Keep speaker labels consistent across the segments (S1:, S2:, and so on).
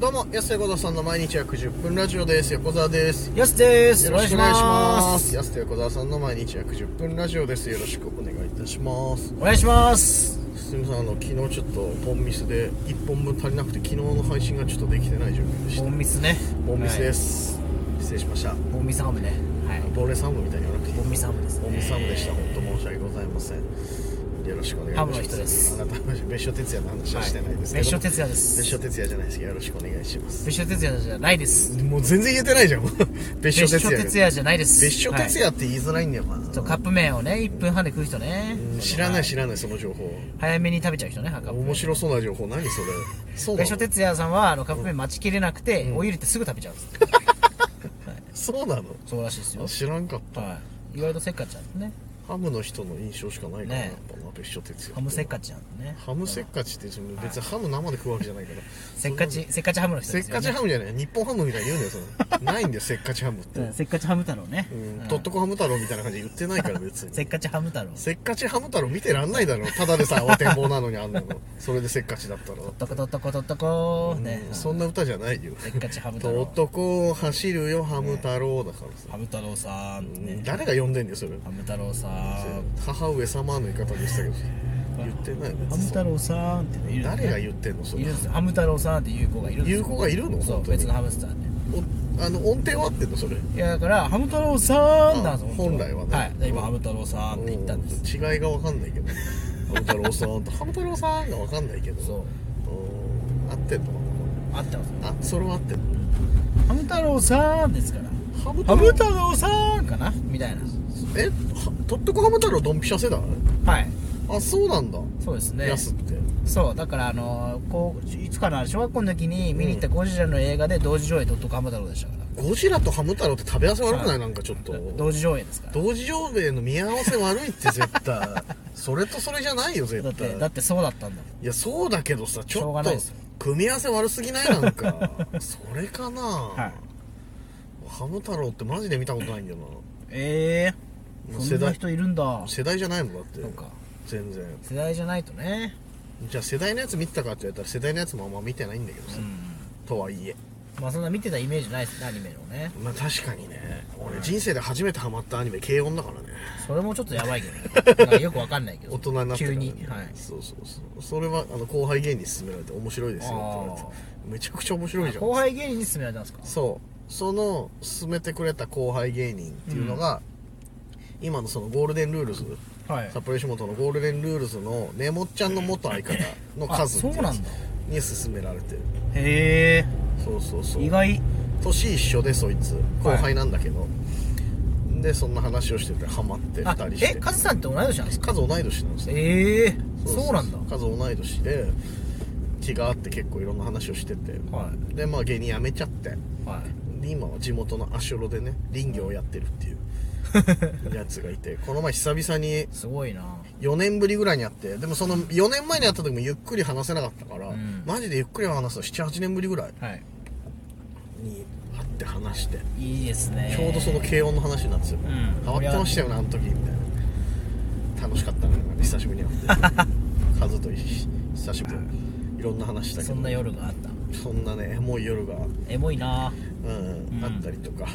S1: どうも、安手小田さんの毎日約10分ラジオです。横澤です。
S2: やすです
S1: よろしくお願いします。安手横澤さんの毎日約10分ラジオです。よろしくお願いいたします。
S2: お願いします
S1: すみません、あの、昨日ちょっと本ミスで1本分足りなくて、昨日の配信がちょっとできてない状況でした
S2: ボ。ンミスね、
S1: 本ミスですす。失礼しました。
S2: はいボンミスハムねはい
S1: ボーレサムみたいに言わなくていい
S2: ボンミスハムですね
S1: ボンミスハムでした。本当申し訳ございません。よろしくお願いいたします。
S2: ハムの人です
S1: あなたは別所哲也の話はしてないですけど、
S2: はい別所哲也です
S1: 別所哲也じゃないですけど、よろしくお願いします。
S2: 別所哲也じゃないです
S1: もう全然言えて ないじゃん。別所
S2: 別
S1: 哲
S2: 所
S1: 也。
S2: 哲也じゃないです
S1: 別所哲
S2: はい
S1: 也って言いづらいんだよな。
S2: そうカップ麺をね1分半で食う人ね
S1: 知らない
S2: し
S1: 知らないその情報。
S2: 早めに食べちゃう人ねカップ麺
S1: 面白そうな情報何それ。そうな
S2: 別所
S1: の。
S2: 哲也さんはあのカップ麺待ちきれなくて、
S1: ん
S2: お湯入れてすぐ食べちゃうんです
S1: そうなの。
S2: そうらしいですよ
S1: 知らんかっ
S2: はい意外とせっかちなんですね
S1: た。ハムの人の印象しかないからな。やっ
S2: ね
S1: ぱな別所哲也。
S2: ハムせっかちなんでね
S1: ハムせっかちってその別にハム生で食うわけじゃないから。
S2: せっかちせっかちハムの人
S1: せっ
S2: ですよ、
S1: か
S2: ね、
S1: ちハムじゃない。日本ハムみたいに言うんだよその。ないんだよせっかちハムって。
S2: うんせっかちハム太郎ね、
S1: うん。
S2: うん
S1: とっとこハム太郎みたいな感じで言ってないから別に。
S2: せっかちハム太郎
S1: せっかちハム太郎見てらんないだろただでさ慌てんぼうなのにあんなのそれでせっかちだったら
S2: とっとことっとことっとこーね
S1: うんそんな歌じゃないよ
S2: せっかちハム太
S1: と
S2: 郎
S1: 男を走るよハム太郎だからさ、
S2: ハム太郎さん
S1: うん
S2: ね
S1: 誰が呼んでんだよそれ
S2: ハム太郎さん
S1: 母上様の言い方でしたけど言ってないよ別に
S2: ハム太郎さんってねいるんです
S1: 誰
S2: ね
S1: が言ってんのそ
S2: い
S1: れ
S2: るんですよハム太郎さんっていう子がいるんですよ
S1: 言う子がいるの
S2: そ
S1: 本
S2: う
S1: 当に
S2: 別のハムスターね
S1: おあの音程は合ってんのそれ
S2: いやだからハム太郎さんなんですよ
S1: あ本来はね
S2: はいで今ハム太郎さんって言ったんです
S1: うん違いが分かんないけどハム太郎さん とハム太郎さんが分かんないけど
S2: そう
S1: うん合ってんのか
S2: あったんですよ
S1: なあそれは合ってんの
S2: ハム太郎さんですから
S1: ハム
S2: ハム太郎さんかなみたいな
S1: えはとっとこハム太郎ドンピシャ世代
S2: はい
S1: あそうなんだ、
S2: そうですね
S1: 安って
S2: そうだからあのーこういつかな小学校の時に見に行ったゴジラの映画で同時上映ドットカム太郎でしたから
S1: ゴジラとハム太郎って食べ合わせ悪くないなんかちょっと
S2: 同時上映ですから
S1: 同時上映の見合わせ悪いって絶 対それとそれじゃないよ絶
S2: だっ
S1: 対
S2: てだってそうだったんだもん
S1: いやそうだけどさち
S2: しょう
S1: ょっ
S2: が
S1: と
S2: ないですよ
S1: 組み合わせ悪すぎないなんかそれかな、
S2: はい
S1: ハム太郎ってマジで見たことないんだよ
S2: ええ
S1: もう
S2: そ
S1: 世
S2: んな
S1: 代
S2: 人いるんだ
S1: な世代じゃないもんだって
S2: そうか
S1: 全然
S2: 世代じゃないとね
S1: じゃあ世代のやつ見てたかって言われたら世代のやつもあんま見てないんだけどさ、
S2: うん
S1: とはいえ
S2: まあそんな見てたイメージないですねアニメのね
S1: まあ確かにね俺人生で初めてハマったアニメ軽音だからね
S2: それもちょっとやばいけどね なんかよくわかんないけど
S1: 大人になってか
S2: 急
S1: ら、ね、
S2: にはい
S1: そうそうそうそれはあの後輩芸人に勧められて面白いですよって言われて
S2: あ
S1: めちゃくちゃ面白いじゃん
S2: 後輩芸人に勧められたんですか
S1: そうその勧めてくれた後輩芸人っていうのが、今のそのゴールデンルールズ
S2: はい
S1: 札幌吉本のゴールデンルールズのねもっちゃんの元相方の
S2: あ
S1: 数ってい
S2: そ
S1: うやつ
S2: なんだ
S1: に勧められて
S2: へ
S1: そうそうそ
S2: え
S1: う
S2: 意外
S1: 年一緒でそいつ後輩なんだけど、でそんな話をしててハマって
S2: あ
S1: 2人し
S2: え
S1: て
S2: カズさんって同い年なんですか
S1: 数同い年なんですね
S2: ええそうなんだ
S1: 数同い年で気があって結構いろんな話をしてて、
S2: は
S1: でまあ芸人辞めちゃって
S2: はい
S1: で今は地元の足ロでね林業をやってるっていう やつがいてこの前久々に
S2: すごいな
S1: 4年ぶりぐらいに会ってでもその4年前に会った時もゆっくり話せなかったから、
S2: うん
S1: マジでゆっくり話すの78年ぶりぐらい
S2: はい
S1: に会って話して
S2: いいですね
S1: ちょうどその軽音の話になってたよ、
S2: うん
S1: 変わってましたよねあの時みたいな楽しかったな久しぶりに会って カズと久しぶりにいろんな話したけど
S2: そんな夜があった
S1: そんなねエモい夜が、うん
S2: エモいなうん
S1: あったりとか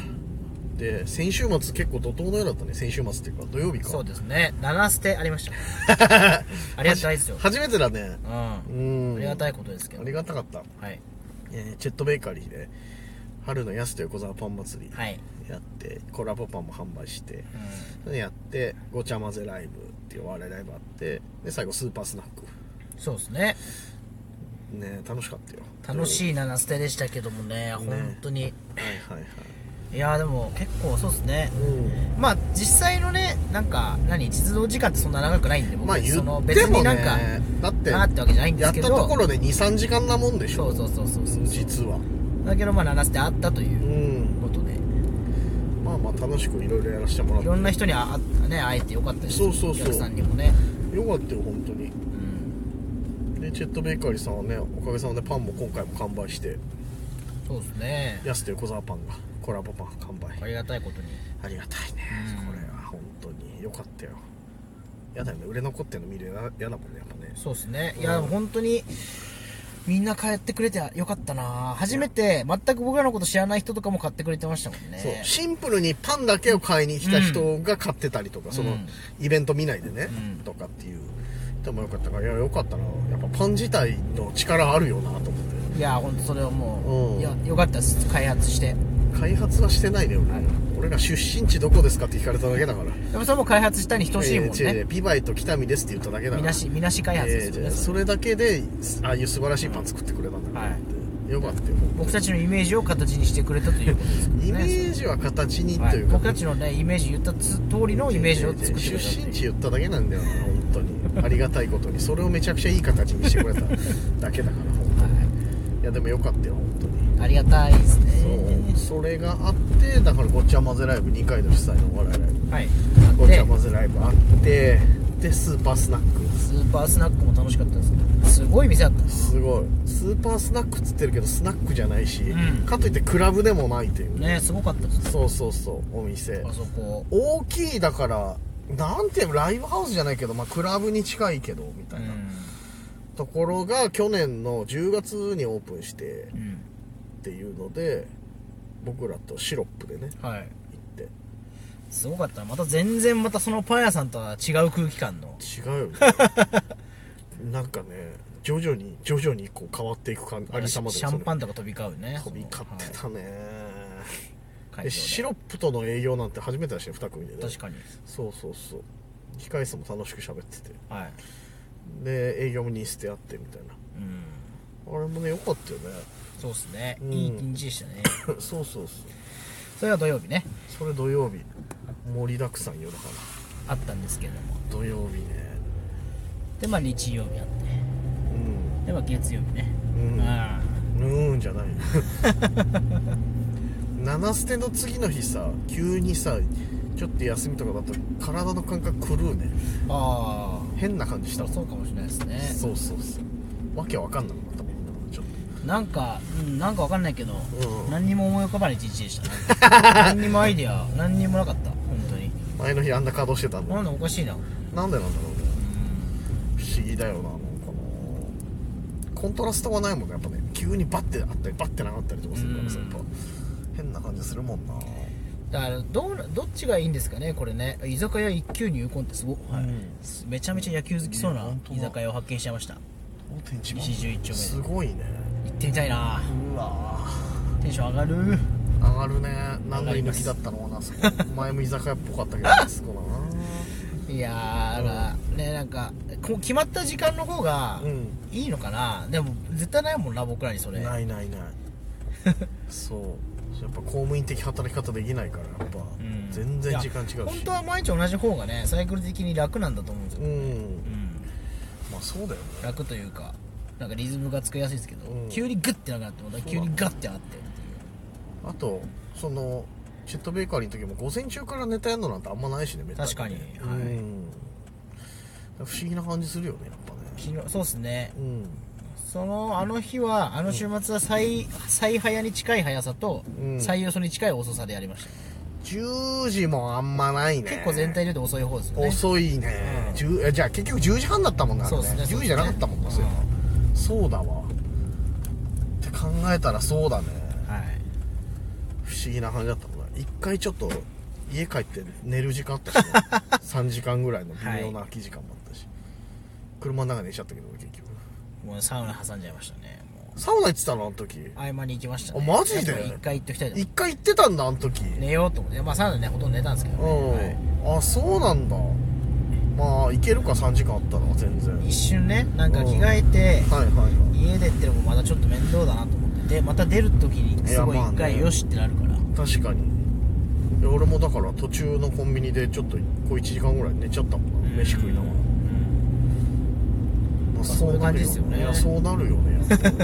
S1: で先週末結構怒涛のようだったね先週末っていうか土曜日か
S2: そうですね7捨てありました ありがたいです よ
S1: 初めてだね
S2: う
S1: うんん
S2: ありがたいことですけ
S1: あ
S2: ど
S1: りがたかった、
S2: はい
S1: えーチェットベーカリーで春の安と横澤パン祭り
S2: はい
S1: やって、コラボパンも販売して
S2: うん
S1: でやってごちゃ混ぜライブっていうお笑いライブあってで最後スーパースナック
S2: そうですね
S1: ね楽しかったよ
S2: 楽
S1: い
S2: しい7捨てでしたけどもね本当に
S1: はいはいはい
S2: いやでも結構そうですね
S1: う
S2: まあ実際のねなんか何実動時間ってそんな長くないんで
S1: んまあ
S2: 僕
S1: 言
S2: その
S1: っ
S2: 別
S1: ても
S2: に
S1: ね
S2: なんか
S1: だって
S2: なーってわけじゃないんで
S1: や
S2: す
S1: っ
S2: け
S1: た
S2: ど
S1: ところで23時間なもんでし
S2: そ
S1: ょ
S2: うそうそうそうそう
S1: 実は
S2: だけどまあ7捨てあったといううんことで
S1: まあまあ楽しくいろいろやらせてもらっ
S2: い
S1: て
S2: ろんな人にああね会えてよかったです
S1: そうそうそう
S2: お客さんにもね、
S1: よかったよ本当に
S2: うん、
S1: でチェットベーカリーさんはねおかげさまでパンも今回も完売して
S2: そうですね
S1: 安と横澤パンがコラボパン完売
S2: ありがたいことに
S1: ありがたいね、
S2: うん
S1: これは本当に良かったよやだよね売れ残ってるの見るの嫌だもんねやっぱね
S2: そうですねいやでも本当にみんな買ってくれてよかったな初めて全く僕らのこと知らない人とかも買ってくれてましたもんね
S1: そうシンプルにパンだけを買いに来た人が買ってたりとか、その
S2: うん
S1: イベント見ないでね、
S2: うん
S1: とかっていう人もよかったからいやよかったなやっぱパン自体の力あるよなと思って
S2: いや本当それはも
S1: うん
S2: ういやよかったです開発して
S1: 開発はしてないね俺,、
S2: はい
S1: 俺ら出身地どこですかって聞かれただけだから
S2: でもそれも開発したに等しいもん
S1: えー違う違
S2: ね
S1: うビバイと北見ですって言っただけだ
S2: み
S1: から
S2: なしみなし開発ですよ
S1: え
S2: ね、
S1: ーじゃあそれだけですああいう素晴らしいパン作ってくれたんだなって、よかったよ
S2: 僕たちのイメージを形にしてくれたということですからね
S1: イメージは形に
S2: は
S1: とい
S2: いう
S1: か、
S2: 僕たちのねイメージ言ったつ通りのイメージを作ってくれた
S1: 出
S2: っていう
S1: 身地言っただけなんだよな本当にありがたいことにそれをめちゃくちゃいい形にしてくれただけだから本当にいやでもよかったよ本当に
S2: はいありがたいですね
S1: そうそれがあってだからごっちゃ混ぜライブ2回の主催のお笑いライブ
S2: はい
S1: ごっち
S2: で
S1: ゃ混ぜライブあってでスーパースナック
S2: スーパースナックも楽しかったですすごい店だったんです
S1: すごいスーパースナックっつってるけどスナックじゃないし、
S2: うん
S1: かといってクラブでもないという
S2: ねすごかったです
S1: そうそうそうお店
S2: あそこ
S1: 大きいだからなんていうのライブハウスじゃないけど、まあ、クラブに近いけどみ
S2: う
S1: たいな、
S2: ん
S1: ところが去年の10月にオープンして
S2: うん
S1: っていうので僕らとシロップでね
S2: はい
S1: 行って
S2: すごかったまた全然またそのパン屋さんとは違う空気感の
S1: 違う よねなんかね徐々に徐々にこう変わっていく感あり
S2: シ
S1: さまで
S2: ャンパンとか飛び交うね
S1: 飛び交って
S2: そ
S1: たね、
S2: のはい会場
S1: で
S2: で
S1: シロップとの営業なんて初めてだしね2組でね
S2: 確かに
S1: そうそうそう控え室も楽しく喋ってて
S2: はい
S1: で営業も2捨てあってみたいな
S2: うん
S1: あれもね良かったよ ね
S2: そうっすね
S1: うん
S2: いい一日でしたね
S1: そうそうそう
S2: それは土曜日ね
S1: それ土曜日盛りだくさん夜かな
S2: あったんですけれども
S1: 土曜日ね
S2: でまあ日曜日あって
S1: う
S2: でまあ月曜日ね
S1: うん
S2: あ
S1: んうーんじゃないよ 七捨ての次の日さ急にさちょっと休みとかだと体の感覚狂うね
S2: あ
S1: 変な感じし
S2: したた
S1: も
S2: ら
S1: ん
S2: そうかもしれないですね
S1: そうそうそうわけわかんなくなったもんちょっ
S2: なんか、うん、なんかわかんないけど、
S1: うん
S2: 何にも思い浮かばない一日 でしたね何にもアイデア何にもなかった本当に
S1: と前の日あんな稼働してた
S2: な
S1: の
S2: んだおかしいな
S1: なんでなんだろうね不思議だよななんかなコントラストがないもんねやっぱね急にバッてあったりバッてなかったりとかするからさ
S2: う
S1: やっ
S2: ん
S1: ぱ変な感じするもんな
S2: だからどうなどっちがいいんですかねこれね居酒屋一級入魂ってすごい、はい
S1: うん
S2: めちゃめちゃ野球好きそうな
S1: ね本当
S2: 居
S1: だ
S2: 酒屋を発見しちゃいました
S1: 1
S2: 四十一丁目
S1: すごいね
S2: 行ってみたいな
S1: うわー
S2: テンション上がる
S1: 上がるね何の居抜きだったのかなあ そこ前も居酒屋っぽかったけどあそこ
S2: いやーだからねなんかこう決まった時間の方が
S1: だなうん
S2: いいのかな、でも絶対ないもんな僕らにそれ
S1: ないない ないそうやっぱ公務員的働き方できないからやっぱ、
S2: うん
S1: 全然時間違
S2: いや
S1: う
S2: 本
S1: し
S2: 当は毎日同じ方がねサイクル的に楽なんだと思うんですよ、
S1: うん
S2: うん
S1: まあそうだよね
S2: 楽というかなんかリズムが作りやすいですけど、
S1: うん
S2: 急にグッてなくなってまた急にガッてなって
S1: あとそのチェットベーカリーの時も午前中からネタやるのなんてあんまないしねめった
S2: 確かに
S1: ね
S2: はい
S1: うん不思議な感じするよねやっぱね
S2: 昨日そうっすね
S1: うん
S2: そのあの日はあの週末は最,、最早に近い速さと、
S1: うん
S2: 最遅に近い遅さでやりました、
S1: 10時もあんまないね
S2: 結構全体で言うと遅い方ですよね
S1: 遅いね、10えじゃあ結局10時半だったもんな、あれ
S2: そうですね
S1: 10時じゃなかったもんなそ
S2: そう
S1: う,、
S2: ですね
S1: そうだわって考えたらそうだね
S2: はい
S1: 不思議な感じだったもんな一回ちょっと家帰って寝る時間あった し、ね、3時間ぐらいの微妙な空き時間もあったし、車の中で寝ちゃったけど俺結局
S2: もうサウナ挟んじゃいましたねもう
S1: サウナ行ってたのあの時
S2: 合間に行きましたね
S1: あマジで
S2: やっぱ一回行っときたいと
S1: 一
S2: 思って
S1: 回行ってたんだあの時
S2: 寝ようと思ってまあサウナねほとんど寝たんですけど、
S1: う
S2: ね
S1: ん、
S2: はい
S1: あそうなんだまあ行けるか3時間あったら全然
S2: 一瞬ねなんか着替えて
S1: はいはいはい
S2: 家出ってのもまだちょっと面倒だなと思ってでまた出る時にすごい
S1: いやまあ
S2: 一
S1: ね
S2: 回よしってなるから、
S1: 確かにいや俺もだから途中のコンビニでちょっと小1時間ぐらい寝ちゃったもんな飯食いながら、
S2: うん
S1: まあ
S2: そういう感じですよね
S1: いやそうなるよねやっぱ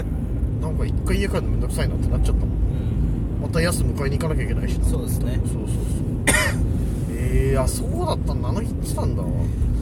S1: なんか一回家帰るのめんどくさいなってなっちゃったもん
S2: うん
S1: またヤス迎えに行かなきゃいけないしな
S2: そうですね
S1: そうそうそうえー、あそうだったんだあの日行ってたんだう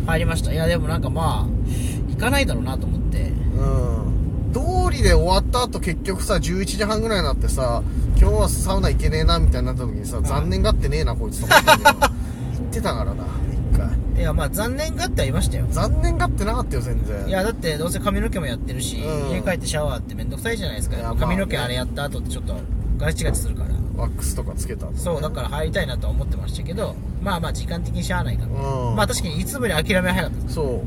S2: 入りましたいやでもなんかまあ行かないだろうなと思って
S1: ん通りで終わった後結局さ11時半ぐらいになってさ今日はサウナ 行けねえなみたいになった時にさ残念がってねえなこいつと思ったんだけど行ってたからな一回
S2: いやまあ残念がってはいましたよ
S1: 残念がってなかったよ全然
S2: いやだってどうせ髪の毛もやってるし、
S1: うん
S2: 家帰ってシャワーってめんどくさいじゃないですか、
S1: いやまあね
S2: 髪の毛あれやった後ってちょっとガチガチするから
S1: ワックスとかつけた後ね
S2: そうだから入りたいなとは思ってましたけどまあまあ時間的にしゃあないから、
S1: うん
S2: まあ確かにいつもより諦めは早かったです
S1: そう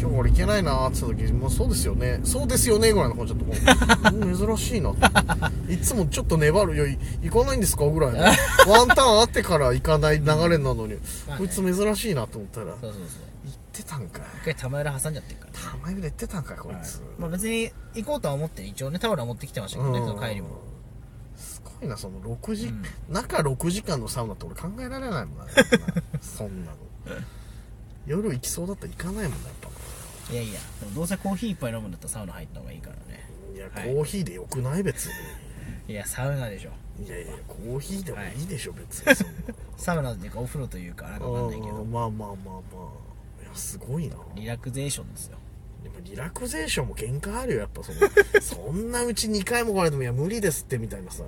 S1: 今日俺行けないなーって言った時もうそうですよねそうですよねぐらいの感じだった からうん珍しいなっていつもちょっと粘るよい行かないんですかぐらいのワンターンあってから行かない流れなのに、
S2: まあね
S1: こいつ珍しいなと思ったら行
S2: そうそうそう
S1: ってたんかい
S2: 一回玉浦挟んじゃってるから
S1: たまに行ってたんかいこいつ、
S2: まあ別に行こうとは思って一応ねタオルは持ってきてましたけどね、
S1: うん
S2: その帰りも
S1: すごいなその6時、
S2: うん
S1: 中6時間のサウナって俺考えられない もんなそんなの夜行きそうだったら行かないもんなやっぱ
S2: いやいやでもどうせコーヒーいっぱい飲むんだったらサウナ入った方がいいからね
S1: いや、
S2: はい
S1: コーヒーでよくない別に
S2: いやサウナでしょ
S1: いやいやコーヒーでもいいでしょ、別 にそんな
S2: サウナというかお風呂というかなんかわかんないけ
S1: あー
S2: ど
S1: まあまあまあまあいやすごいな
S2: リラクゼーションですよ
S1: でもリラクゼーションも限界あるよやっぱ そのそんなうち2回も来られてもいや無理ですってみたいなさ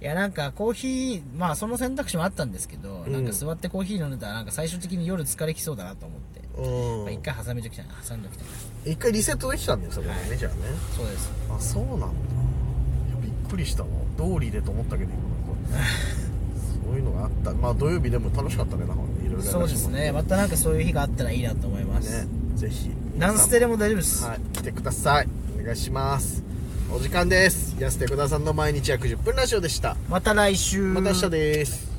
S2: いやなんかコーヒーまあその選択肢もあったんですけど、
S1: うん
S2: なんか座ってコーヒー飲んでたらなんか最終的に夜疲れきそうだなと思って、
S1: う
S2: まあ
S1: ん
S2: 一回挟めときたいな挟んでおきたいな
S1: 一回リセットできたんだよそこでね、じゃあね
S2: そうです
S1: あそうなんだいやびっくりしたわ道理でと思ったけど今なんかそういうのがあったまあ土曜日でも楽しかったねなんかねいろいろ
S2: そうですねまたなんかそういう日があったらいいなと思いま
S1: 話
S2: す、
S1: もねぜひ
S2: 何捨てでも大丈夫です、
S1: はい、来てくださいお願いしますお時間です安手小田さんの毎日約10分ラジオでした
S2: また来週
S1: また明日です